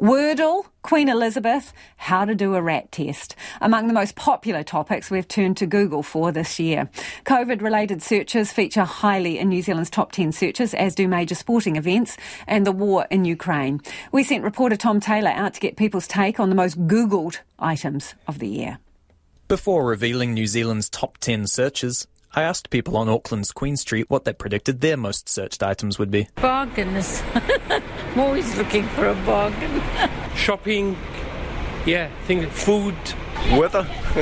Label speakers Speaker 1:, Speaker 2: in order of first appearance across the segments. Speaker 1: Wordle, Queen Elizabeth, how to do a rat test. Among the most popular topics we've turned to Google for this year. COVID related searches feature highly in New Zealand's top 10 searches, as do major sporting events and the war in Ukraine. We sent reporter Tom Taylor out to get people's take on the most Googled items of the year.
Speaker 2: Before revealing New Zealand's top 10 searches, I asked people on Auckland's Queen Street what they predicted their most searched items would be.
Speaker 3: Bargains. I'm always looking for a bargain.
Speaker 4: shopping, yeah, things, food.
Speaker 5: weather,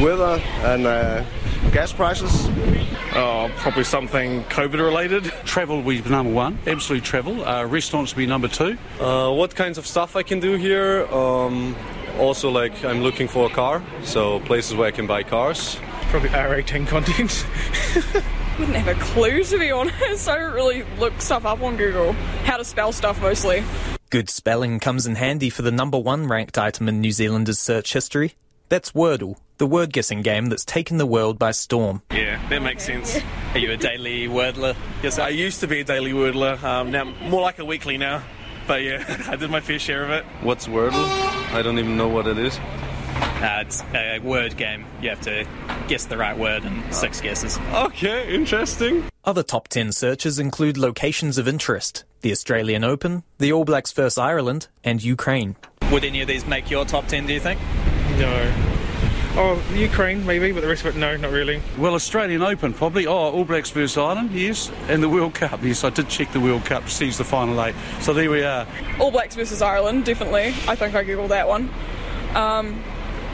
Speaker 5: weather, and uh, gas prices. uh,
Speaker 6: Oh, probably something COVID related.
Speaker 7: Travel will be number one, absolute travel. Uh, restaurants will be number two.
Speaker 8: Uh, what kinds of stuff I can do here? Um, also, like I'm looking for a car, so places where I can buy cars.
Speaker 9: probably R18 content.
Speaker 10: Wouldn't have a clue to be honest. I don't really look stuff up on Google. How to spell stuff mostly.
Speaker 2: Good spelling comes in handy for the number one ranked item in New Zealanders' search history. That's Wordle, the word guessing game that's taken the world by storm.
Speaker 4: Yeah, that makes sense. Are you a daily wordler? Yes, I used to be a daily wordler. Um, now more like a weekly now. But yeah, I did my fair share of it.
Speaker 8: What's Wordle? I don't even know what it is.
Speaker 4: Uh, it's a word game. You have to guess the right word in six guesses.
Speaker 8: Okay, interesting.
Speaker 2: Other top 10 searches include locations of interest the Australian Open, the All Blacks vs Ireland, and Ukraine.
Speaker 4: Would any of these make your top ten? Do you think?
Speaker 9: No. Oh, Ukraine maybe, but the rest of it, no, not really.
Speaker 7: Well, Australian Open probably. Oh, All Blacks versus Ireland, yes. And the World Cup, yes. I did check the World Cup, sees the final eight. So there we are.
Speaker 10: All Blacks versus Ireland, definitely. I think I googled that one. Um,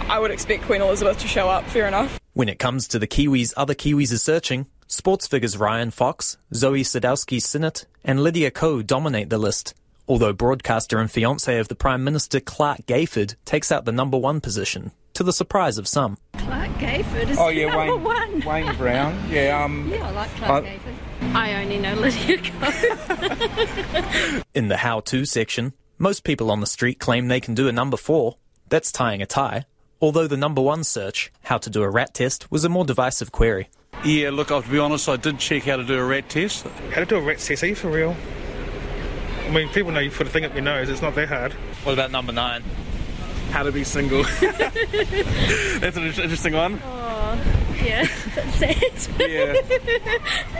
Speaker 10: I would expect Queen Elizabeth to show up. Fair enough.
Speaker 2: When it comes to the Kiwis other Kiwis are searching, sports figures Ryan Fox, Zoe Sadowski Sinnott, and Lydia Ko dominate the list, although broadcaster and fiance of the Prime Minister Clark Gayford takes out the number one position, to the surprise of some.
Speaker 3: Clark Gayford is number one.
Speaker 11: Oh, Wayne Brown. Yeah, um,
Speaker 3: Yeah, I like Clark Gayford. I only know Lydia
Speaker 2: In the how to section, most people on the street claim they can do a number four. That's tying a tie. Although the number one search, how to do a rat test, was a more divisive query.
Speaker 7: Yeah, look, I'll be honest, I did check how to do a rat test.
Speaker 9: How to do a rat test, are you for real? I mean, people know you put a thing up your nose, it's not that hard.
Speaker 4: What about number nine?
Speaker 9: How to be single.
Speaker 4: That's an interesting one.
Speaker 3: Yeah, that's it.
Speaker 4: Yeah,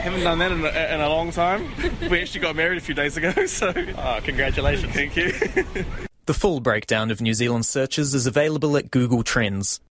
Speaker 4: haven't done that in a, in a long time. We actually got married a few days ago, so oh, congratulations! Thank you.
Speaker 2: The full breakdown of New Zealand searches is available at Google Trends.